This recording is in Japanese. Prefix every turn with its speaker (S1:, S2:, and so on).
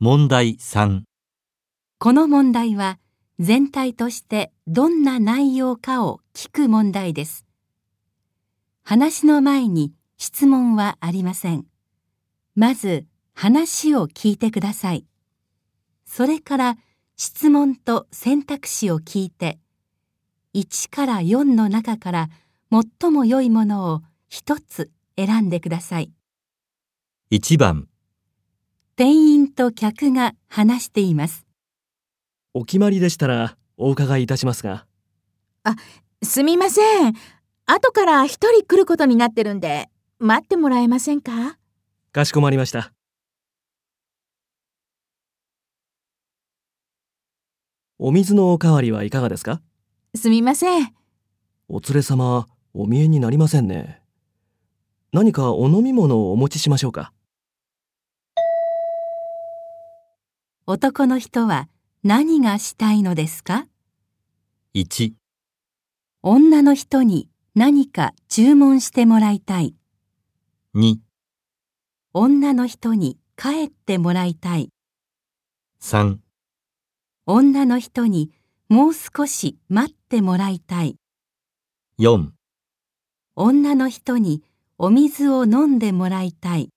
S1: 問題3、
S2: この問題は全体としてどんな内容かを聞く問題です。話の前に質問はありません。まず話を聞いてください。それから質問と選択肢を聞いて、1から4の中から最も良いものを1つ選んでください。
S1: 1番、
S2: 店員と客が話しています。
S3: お決まりでしたらお伺いいたしますが
S4: すみません。後から一人来ることになってるんで、待ってもらえませんか
S3: かしこまりましたお水のおかわりはいかがですか
S4: すみません。
S3: お連れ様お見えになりませんね何かお飲み物をお持ちしましょうか
S2: 男の人は何がしたいのですか
S1: 1、
S2: 女の人に何か注文してもらいたい。
S1: 2、
S2: 女の人に帰ってもらいたい。
S1: 3、
S2: 女の人にもう少し待ってもらいたい。
S1: 4。
S2: 女の人にお水を飲んでもらいたい。